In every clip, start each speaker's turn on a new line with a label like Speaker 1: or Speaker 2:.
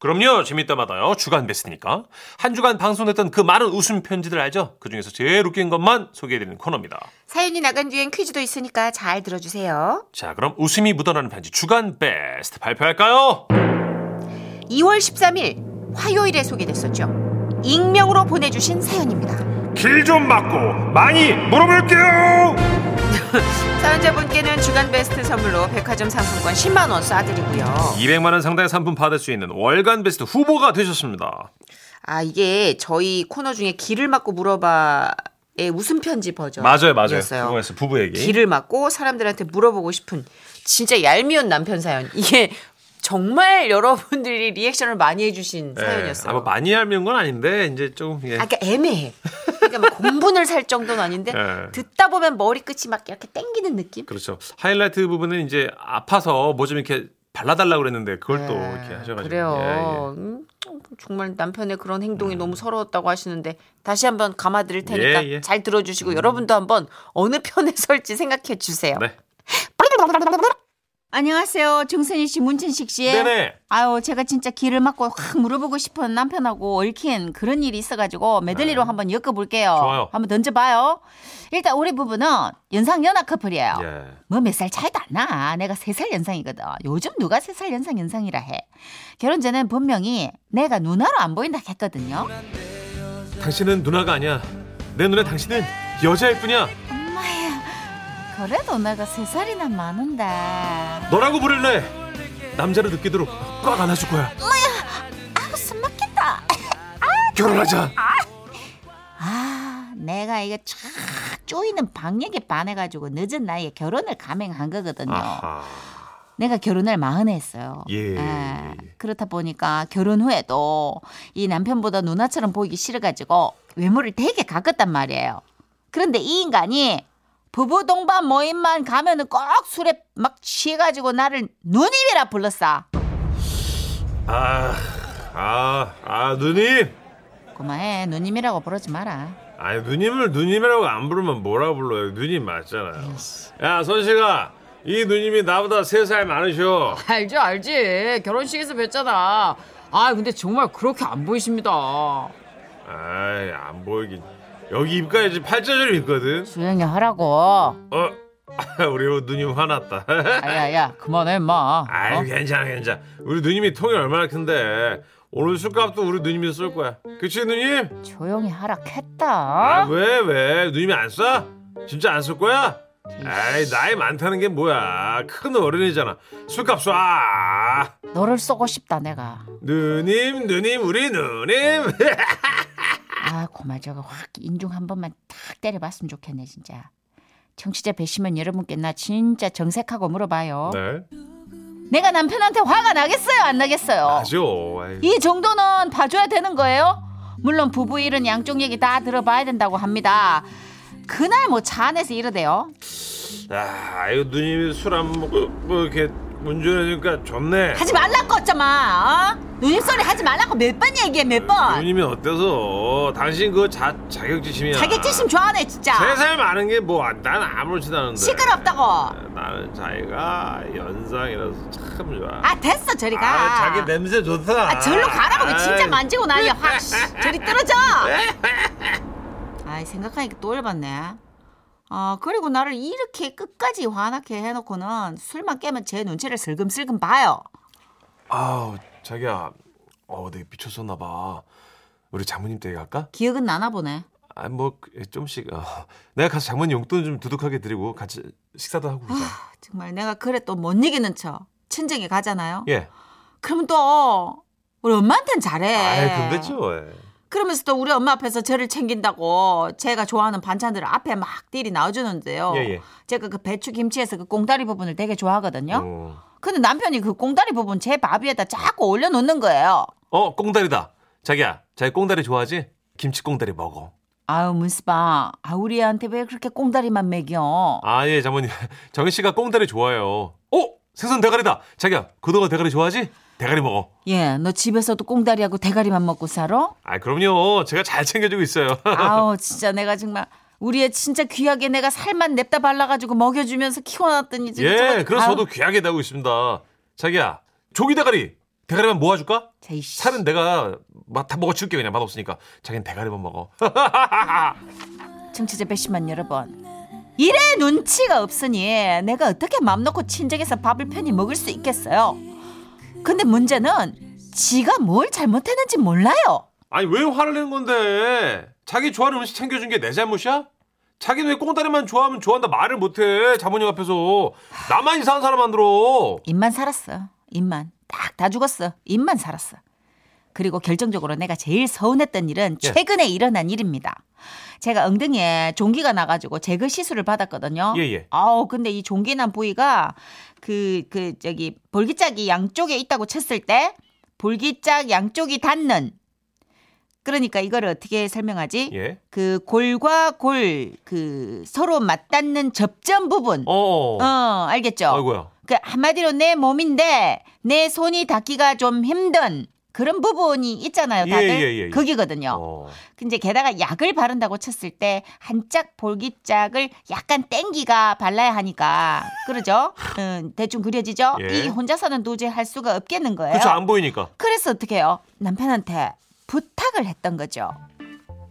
Speaker 1: 드디어 재밌다마다요 주간 베스트니까 한 주간 방송됐던 그 많은 웃음 편지들 알죠? 그 중에서 제일 웃긴 것만 소개해드리는 코너입니다.
Speaker 2: 사연이 나간 뒤엔 퀴즈도 있으니까 잘 들어주세요.
Speaker 1: 자 그럼 웃음이 묻어나는 편지 주간 베스트 발표할까요?
Speaker 2: 2월 13일 화요일에 소개됐었죠. 익명으로 보내주신 사연입니다.
Speaker 3: 길 좀 막고 많이 물어볼게요.
Speaker 2: 사연자분께는 주간 베스트 선물로 백화점 상품권 10만 원 쏴드리고요.
Speaker 1: 200만 원 상당의 상품 받을 수 있는 월간 베스트 후보가 되셨습니다.
Speaker 2: 아 이게 저희 코너 중에 길을 막고 물어봐의 웃음 편지 버전.
Speaker 1: 맞아요, 맞아요.
Speaker 2: 이었어요.
Speaker 1: 그거였어요, 부부 얘기.
Speaker 2: 길을 막고 사람들한테 물어보고 싶은 진짜 얄미운 남편 사연. 이게 정말 여러분들이 리액션을 많이 해주신 사연이었어요.
Speaker 1: 예, 네, 아마 많이 얄미운 건 아닌데 이제 좀 예.
Speaker 2: 아, 그러니까 애매해. 그러니까 막 공분을 살 정도는 아닌데
Speaker 1: 예.
Speaker 2: 듣다 보면 머리끝이 막 이렇게 땡기는 느낌?
Speaker 1: 그렇죠. 하이라이트 부분은 이제 아파서 뭐 좀 이렇게 발라달라고 그랬는데 그걸 또
Speaker 2: 예,
Speaker 1: 뭐 이렇게 하셔가지고
Speaker 2: 그래요.
Speaker 1: 예, 음.
Speaker 2: 음, 정말 남편의 그런 행동이 너무 서러웠다고 하시는데 다시 한번 감아드릴 테니까
Speaker 1: 예, 예.
Speaker 2: 잘 들어주시고 여러분도 한번 어느 편에 설지 생각해 주세요.
Speaker 1: 예. 네.
Speaker 4: 안녕하세요. 정선희 씨, 문천식 씨.
Speaker 1: 네네.
Speaker 4: 아유, 제가 진짜 길을 막고 확 물어보고 싶은 남편하고 얽힌 그런 일이 있어가지고 메들리로 한번 엮어볼게요.
Speaker 1: 네. 좋아요.
Speaker 4: 한번 던져봐요. 일단 우리 부부는 연상연하 커플이에요.
Speaker 1: 예.
Speaker 4: 뭐 몇 살 차이도 안 나. 내가 세 살 연상이거든. 요즘 누가 세 살 연상 연상이라 해. 결혼 전엔 분명히 내가 누나로 안 보인다 했거든요.
Speaker 1: 당신은 누나가 아니야. 내 눈에 당신은 여자일 뿐이야.
Speaker 4: 엄마야, 그래도 내가 세 살이나 많은데.
Speaker 1: 너라고 부를래. 남자로 느끼도록 꽉 안아줄 거야.
Speaker 4: 아우, 숨 막힌다.
Speaker 1: 결혼하자.
Speaker 4: 아, 내가 이거 쫙 쪼이는 박력에 반해가지고 늦은 나이에 결혼을 감행한 거거든요. 내가 결혼을 마흔에 했어요.
Speaker 1: 예.
Speaker 4: 그렇다 보니까 결혼 후에도 이 남편보다 누나처럼 보이기 싫어가지고 외모를 되게 가꿨단 말이에요. 그런데 이 인간이 부부 동반 모임만 가면은 꼭 술에 막 취해가지고 나를 누님이라 불렀어.
Speaker 1: 아, 아, 아, 누님.
Speaker 4: 그만해 누님이라고 부르지 마라.
Speaker 1: 아니 누님을 누님이라고 안 부르면 뭐라 불러요? 누님 맞잖아요. 야 선씨가 이 누님이 나보다 세 살 많으셔.
Speaker 5: 알지 알지 결혼식에서 뵀잖아 아 근데 정말 그렇게 안 보이십니다
Speaker 1: 아이 안 보이긴. 여기 입가에 지금 팔자절이 있거든.
Speaker 4: 조용히 하라고. 아,
Speaker 1: 어, 우리 누님 화났다.
Speaker 5: 야야 그만해 임마
Speaker 1: 아유
Speaker 4: 어?
Speaker 1: 괜찮아 괜찮아. 우리 누님이 통이 얼마나 큰데 오늘 술값도 우리 누님이 쏠 거야. 그치 누님?
Speaker 4: 조용히 하라 했다.
Speaker 1: 아 왜 왜? 누님이 안 쏴? 진짜 안 쏠 거야? 아이 나이 많다는 게 뭐야? 큰 어른이잖아. 술값 쏴.
Speaker 4: 너를 쏘고 싶다 내가.
Speaker 1: 누님 누님 우리 누님
Speaker 4: 아 고마 저거 확 인중 한 번만 탁 때려봤으면 좋겠네 진짜. 청취자 배시면 여러분께 나 진짜 정색하고 물어봐요.
Speaker 1: 네
Speaker 4: 내가 남편한테 화가 나겠어요 안 나겠어요?
Speaker 1: 아죠
Speaker 4: 이 정도는 봐줘야 되는 거예요? 물론 부부 일은 양쪽 얘기 다 들어봐야 된다고 합니다. 그날 뭐 차 안에서 이러대요.
Speaker 1: 아 이거 누님이 술 안 먹고 뭐 이렇게 운전하니까 좋네
Speaker 4: 하지 말라고 어쩌마. 어? 누님 소리 하지 말라고 몇 번 얘기해 몇 번.
Speaker 1: 누님이 어때서 당신 그거 자, 자격지심이야
Speaker 4: 자격지심 좋아하네 진짜.
Speaker 1: 세살 많은 게 뭐 난 아무렇지도 않은데
Speaker 4: 시끄럽다고.
Speaker 1: 나는 자기가 연상이라서 참 좋아
Speaker 4: 아 됐어 저리 가.
Speaker 1: 아, 자기 냄새 좋다
Speaker 4: 아, 절로 가라고 왜 진짜
Speaker 1: 아이,
Speaker 4: 만지고 난리야 확 씨, 저리 떨어져 아이 생각하니까 또 열받네 아 그리고 나를 이렇게 끝까지 화나게 해놓고는 술만 깨면 제 눈치를 슬금슬금 봐요
Speaker 1: 아우 자기야 어 내가 미쳤었나 봐 우리 장모님 댁에 갈까?
Speaker 4: 기억은 나나 보네
Speaker 1: 아 뭐 좀씩 어, 내가 가서 장모님 용돈 좀 두둑하게 드리고 같이 식사도 하고 그러자.
Speaker 4: 아, 정말 내가 그래 또 못 이기는 척 친정에 가잖아요
Speaker 1: 예.
Speaker 4: 그럼 또 우리 엄마한텐 잘해
Speaker 1: 아 근데 죠. 예.
Speaker 4: 그러면서 또 우리 엄마 앞에서 저를 챙긴다고 제가 좋아하는 반찬들을 앞에 막 딜이 나와주는데요.
Speaker 1: 예, 예.
Speaker 4: 제가 그 배추 김치에서 그 꽁다리 부분을 되게 좋아하거든요.
Speaker 1: 어.
Speaker 4: 근데 남편이 그 꽁다리 부분 제 밥 위에다 자꾸 올려놓는 거예요.
Speaker 1: 어 꽁다리다. 자기야, 자기 꽁다리 좋아하지? 김치 꽁다리 먹어.
Speaker 4: 아유 문스바, 아 우리 애한테 왜 그렇게 꽁다리만 먹여?
Speaker 1: 아 예 장모님 정희 씨가 꽁다리 좋아해요. 어 생선 대가리다. 자기야 고등어 대가리 좋아하지? 대가리 먹어.
Speaker 4: 예, 너 집에서도 꽁다리하고 대가리만 먹고 살아?
Speaker 1: 아 그럼요. 제가 잘 챙겨주고 있어요.
Speaker 4: 아우 진짜 내가 정말 우리 애 진짜 귀하게 내가 살만 냅다 발라가지고 먹여주면서 키워놨더니 지금
Speaker 1: 예,
Speaker 4: 저거-
Speaker 1: 그래서
Speaker 4: 아유,
Speaker 1: 저도 귀하게 나고 있습니다. 자기야 조기 대가리 대가리만 모아줄까?
Speaker 4: 자, 이씨.
Speaker 1: 살은 내가 막 다 먹어치울게 그냥 맛없으니까 자기는 대가리만 먹어
Speaker 4: 청취자 배심만 여러분 일에 눈치가 없으니 내가 어떻게 맘 놓고 친정에서 밥을 편히 먹을 수 있겠어요 근데 문제는 지가 뭘 잘못했는지 몰라요
Speaker 1: 아니 왜 화를 내는 건데 자기 좋아하는 음식 챙겨준 게 내 잘못이야? 자기는 왜 꽁다리만 좋아하면 좋아한다 말을 못해 자모님 앞에서 나만 이상한 사람 만들어
Speaker 4: 입만 살았어 입만 딱 다 죽었어 입만 살았어 그리고 결정적으로 내가 제일 서운했던 일은
Speaker 1: 예.
Speaker 4: 최근에 일어난 일입니다 제가 엉덩이에 종기가 나가지고 제거 시술을 받았거든요
Speaker 1: 예, 예.
Speaker 4: 아우 근데 이 종기 난 부위가 그, 그, 저기, 볼기짝이 양쪽에 있다고 쳤을 때, 볼기짝 양쪽이 닿는. 그러니까 이거를 어떻게 설명하지?
Speaker 1: 예?
Speaker 4: 그 골과 골, 그, 서로 맞닿는 접점 부분. 어,
Speaker 1: 어
Speaker 4: 알겠죠?
Speaker 1: 아이고야
Speaker 4: 그, 한마디로 내 몸인데, 내 손이 닿기가 좀 힘든 그런 부분이 있잖아요,
Speaker 1: 예,
Speaker 4: 다들.
Speaker 1: 예, 예, 예.
Speaker 4: 거기거든요.
Speaker 1: 어.
Speaker 4: 근데 게다가 약을 바른다고 쳤을 때 한짝 볼기짝을 약간 땡기가 발라야 하니까 그러죠? 음, 대충 그려지죠?
Speaker 1: 예.
Speaker 4: 이 혼자서는 도저히 할 수가 없겠는 거예요.
Speaker 1: 그쵸 그렇죠. 안 보이니까
Speaker 4: 그래서 어떻게 해요? 남편한테 부탁을 했던 거죠.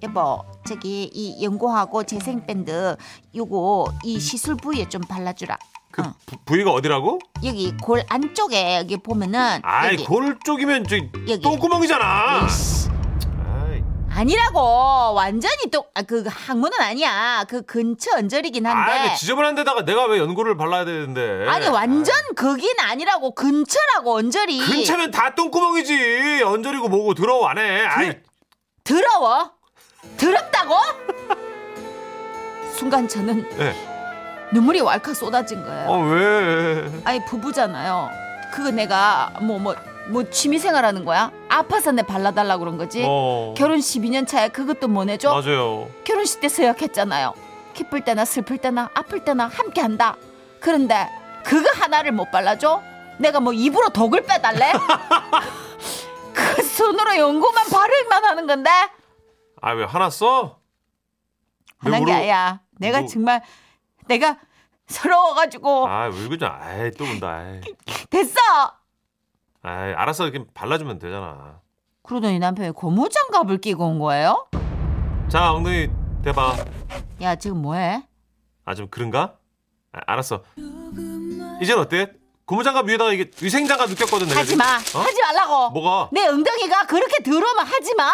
Speaker 4: 여보, 저기 이 연고하고 재생밴드 요거 이 시술 부위에 좀 발라주라.
Speaker 1: 그
Speaker 4: 어.
Speaker 1: 부, 부위가 어디라고?
Speaker 4: 여기 골 안쪽에 여기 보면은
Speaker 1: 아이
Speaker 4: 여기.
Speaker 1: 골 쪽이면 저기
Speaker 4: 여기.
Speaker 1: 똥구멍이잖아
Speaker 4: 에이씨.
Speaker 1: 아이,
Speaker 4: 아니라고 완전히 또 그 항문은 아니야 그 근처 언저리긴 한데
Speaker 1: 아이 그 지저분한 예. 데다가 내가 왜 연고를 발라야 되는데
Speaker 4: 아니 완전 거긴 아니라고 근처라고 언저리
Speaker 1: 아이, 근처면 다 똥구멍이지 언저리고 뭐고 들어와 안해 아이
Speaker 4: 더러워 더럽다고 순간 저는
Speaker 1: 예.
Speaker 4: 눈물이 왈칵 쏟아진 거예요
Speaker 1: 어 왜?
Speaker 4: 아니 부부잖아요 그거 내가 뭐 뭐 뭐 취미생활하는 거야 아파서 내 발라달라 그런 거지
Speaker 1: 어.
Speaker 4: 네. 결혼 12년 차에 그것도 못 해줘
Speaker 1: 맞아요.
Speaker 4: 결혼식 때 서약했잖아요. 기쁠 때나 슬플 때나 아플 때나 함께 한다. 그런데 그거 하나를 못 발라줘? 내가 뭐 입으로 독을 빼달래? 그 손으로 연고만 바르기만 하는 건데
Speaker 1: 아 왜 하나 써? 내
Speaker 4: 하는 게
Speaker 1: 무릎-
Speaker 4: 아야. 내가
Speaker 1: 뭐-
Speaker 4: 정말 내가 서러워가지고
Speaker 1: 아 울고 좀 아이 또 운다. 아이,
Speaker 4: 됐어.
Speaker 1: 아이 알았어 이렇게 발라주면 되잖아.
Speaker 4: 그러더니 남편이 고무장갑을 끼고 온 거예요.
Speaker 1: 자 엉덩이 대봐.
Speaker 4: 야 지금 뭐해?
Speaker 1: 아 좀 그런가? 아, 알았어. 이젠 어때? 고무장갑 위에다가 이게 위생장갑 느꼈거든 내가.
Speaker 4: 하지
Speaker 1: 지금.
Speaker 4: 마.
Speaker 1: 어?
Speaker 4: 하지 말라고.
Speaker 1: 뭐가?
Speaker 4: 내 엉덩이가 그렇게 더러우면 하지 마.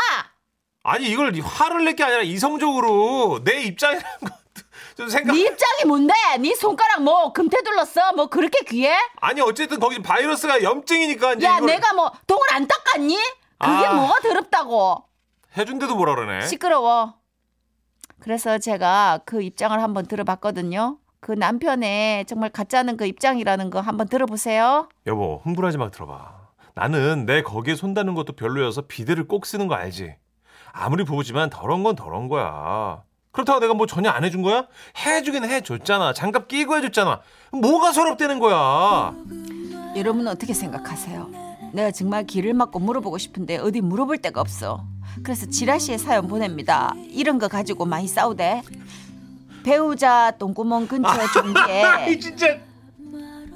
Speaker 1: 아니 이걸 화를 낼 게 아니라 이성적으로 내 입장이라는 것좀 생각.
Speaker 4: 네 입장이 뭔데? 네 손가락 뭐 금태 둘렀어? 뭐 그렇게 귀해?
Speaker 1: 아니 어쨌든 거기 바이러스가 염증이니까 이제
Speaker 4: 야,
Speaker 1: 이걸
Speaker 4: 내가 뭐 동을 안 닦았니? 그게
Speaker 1: 아.
Speaker 4: 뭐가 더럽다고?
Speaker 1: 해준데도 뭐라 그러네.
Speaker 4: 시끄러워. 그래서 제가 그 입장을 한번 들어봤거든요. 그 남편의 정말 가짜는 그 입장이라는 거 한번 들어보세요.
Speaker 1: 여보 흥분하지 마 들어봐 나는 내 거기에 손다는 것도 별로여서 비데를 꼭 쓰는 거 알지 아무리 부부지만 더러운 건 더러운 거야 그렇다고 내가 뭐 전혀 안 해준 거야 해주긴 해줬잖아 장갑 끼고 해줬잖아 뭐가 서럽대는 거야
Speaker 4: 여러분은 어떻게 생각하세요? 내가 정말 길을 막고 물어보고 싶은데 어디 물어볼 데가 없어. 그래서 지라시에 사연 보냅니다. 이런 거 가지고 많이 싸우대. 배우자 똥구멍
Speaker 1: 아,
Speaker 4: 근처 종기에
Speaker 1: 진짜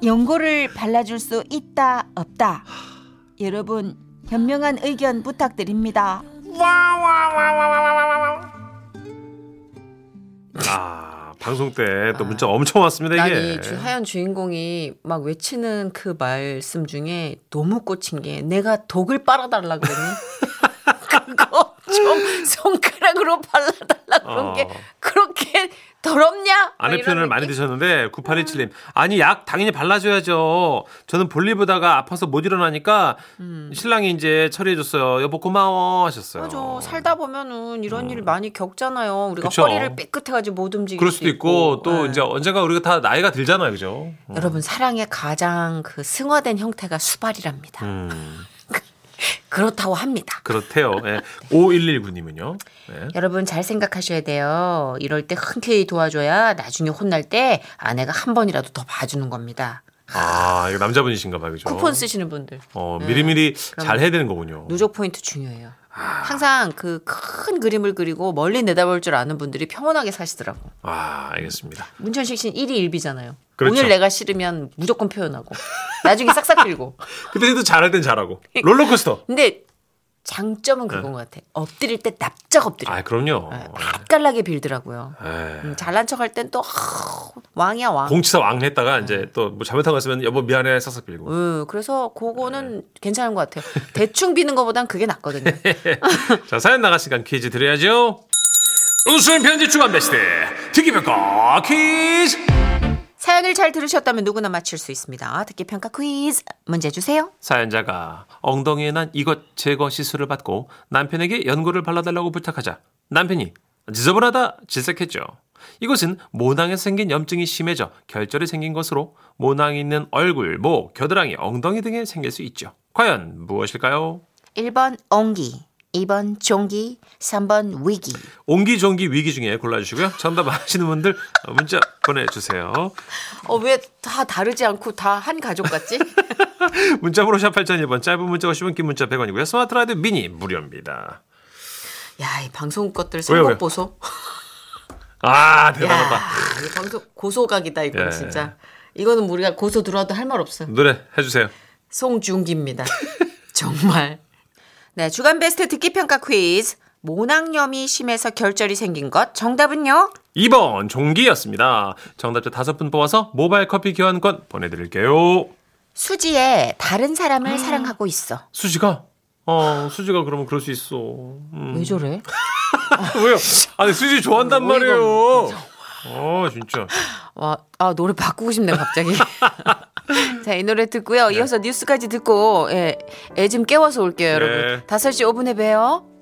Speaker 4: 연고를 발라줄 수 있다 없다 여러분 현명한 의견 부탁드립니다
Speaker 1: 아 방송 때 또 문자 엄청 왔습니다
Speaker 2: 난
Speaker 1: 이게
Speaker 2: 이 주- 하연 주인공이 막 외치는 그 말씀 중에 너무 꽂힌 게 내가 독을 빨아달라 그랬니? 그거 좀 손가락으로 발라달라 그런 게
Speaker 1: 어.
Speaker 2: 그렇게 더럽냐? 막
Speaker 1: 아내
Speaker 2: 이런
Speaker 1: 표현을 많이
Speaker 2: 느낌.
Speaker 1: 드셨는데 9817님 아니 약 당연히 발라줘야죠. 저는 볼일 보다가 아파서 못 일어나니까 신랑이 이제 처리해줬어요. 여보 고마워 하셨어요.
Speaker 2: 음. 맞아. 살다 보면은 이런 일을 많이 겪잖아요. 우리가
Speaker 1: 음. 그쵸.
Speaker 2: 허리를 삐끗해가지고 못 움직일
Speaker 1: 그럴 수도 있고, 또
Speaker 2: 예.
Speaker 1: 이제 언젠가 우리가 다 나이가 들잖아요, 그죠?
Speaker 2: 어. 여러분 사랑의 가장 그 승화된 형태가 수발이랍니다.
Speaker 1: 음,
Speaker 2: 그렇다고 합니다.
Speaker 1: 그렇대요. 예. 5119님은요. 예.
Speaker 2: 여러분 잘 생각하셔야 돼요. 이럴 때 흔쾌히 도와줘야 나중에 혼날 때 아내가 한 번이라도 더 봐주는 겁니다.
Speaker 1: 아 이거 남자분이신가 봐요, 그죠?
Speaker 2: 쿠폰 쓰시는 분들
Speaker 1: 어
Speaker 4: 네,
Speaker 1: 미리미리 잘 해야 되는 거군요.
Speaker 2: 누적 포인트 중요해요.
Speaker 1: 아.
Speaker 2: 항상 그 큰 그림을 그리고 멀리 내다볼 줄 아는 분들이 평온하게 사시더라고.
Speaker 1: 아 알겠습니다.
Speaker 2: 문천식 씨는 일이 일비잖아요.
Speaker 1: 그렇죠.
Speaker 2: 오늘 내가 싫으면 무조건 표현하고
Speaker 4: 나중에 싹싹 빌고.
Speaker 1: 그때도 잘할 땐 잘하고
Speaker 4: 네.
Speaker 1: 롤러코스터.
Speaker 4: 근데 장점은
Speaker 1: 네.
Speaker 4: 그건 것 같아. 엎드릴 때 납작 엎드려.
Speaker 1: 아 그럼요.
Speaker 4: 네, 맛깔나게 빌더라고요.
Speaker 1: 에.
Speaker 4: 음, 잘난 척 할 땐 또
Speaker 2: 아,
Speaker 4: 왕이야 왕.
Speaker 1: 공치사 왕 했다가
Speaker 4: 네.
Speaker 1: 이제 또 뭐 잘못한 거 있으면 여보 미안해 싹싹 빌고.
Speaker 4: 음, 그래서 그거는 괜찮은 것 같아요. 대충 비는 것보단 그게 낫거든요. 네.
Speaker 1: 자 사연 나갔으니까 퀴즈 드려야죠. 웃음 편지 주간 베스트 특기평가 퀴즈.
Speaker 4: 사연을 잘 들으셨다면 누구나 맞힐 수 있습니다. 듣기 평가 퀴즈 문제 주세요.
Speaker 1: 사연자가 엉덩이에 난 이것 제거 시술을 받고 남편에게 연고를 발라달라고 부탁하자 남편이 지저분하다 질색했죠. 이것은 모낭에 생긴 염증이 심해져 결절이 생긴 것으로 모낭이 있는 얼굴, 목, 겨드랑이, 엉덩이 등에 생길 수 있죠. 과연 무엇일까요?
Speaker 4: 1번 옹기, 2번 종기, 3번 위기.
Speaker 1: 옹기종기 위기 중에 골라주시고요. 정답 아시는 분들 문자 보내주세요.
Speaker 4: 어, 왜 다 다르지 않고 다 한 가족 같지?
Speaker 1: 문자번호 샵 8001번 짧은 문자 50원 긴 문자 100원이고요. 스마트 라디오 미니 무료입니다.
Speaker 4: 야, 이 방송 것들
Speaker 1: 왜요,
Speaker 4: 선곡
Speaker 1: 왜요?
Speaker 4: 보소.
Speaker 1: 아
Speaker 4: 야,
Speaker 1: 대단하다.
Speaker 4: 이 방송 고소각이다 이건
Speaker 1: 예.
Speaker 4: 진짜. 이거는 우리가 고소 들어도 할 말 없어.
Speaker 1: 노래 해주세요.
Speaker 4: 송중기입니다. 정말. 네, 주간 베스트 듣기 평가 퀴즈. 모낭염이 심해서 결절이 생긴 것 정답은요?
Speaker 1: 2번 종기였습니다. 정답자 5분 뽑아서 모바일 커피 교환권 보내드릴게요.
Speaker 4: 수지의 다른 사람을 사랑하고 있어.
Speaker 1: 수지가? 어, 수지가 그러면 그럴 수 있어. 음.
Speaker 4: 왜 저래?
Speaker 1: 왜요? 아니, 수지 좋아한단 말이에요. 어, 진짜.
Speaker 4: 와, 아, 노래 바꾸고 싶네, 갑자기. 자, 이 노래 듣고요. 이어서 뉴스까지 듣고, 예, 애 좀 깨워서 올게요,
Speaker 1: 네.
Speaker 4: 여러분. 5시 5분에 봬요.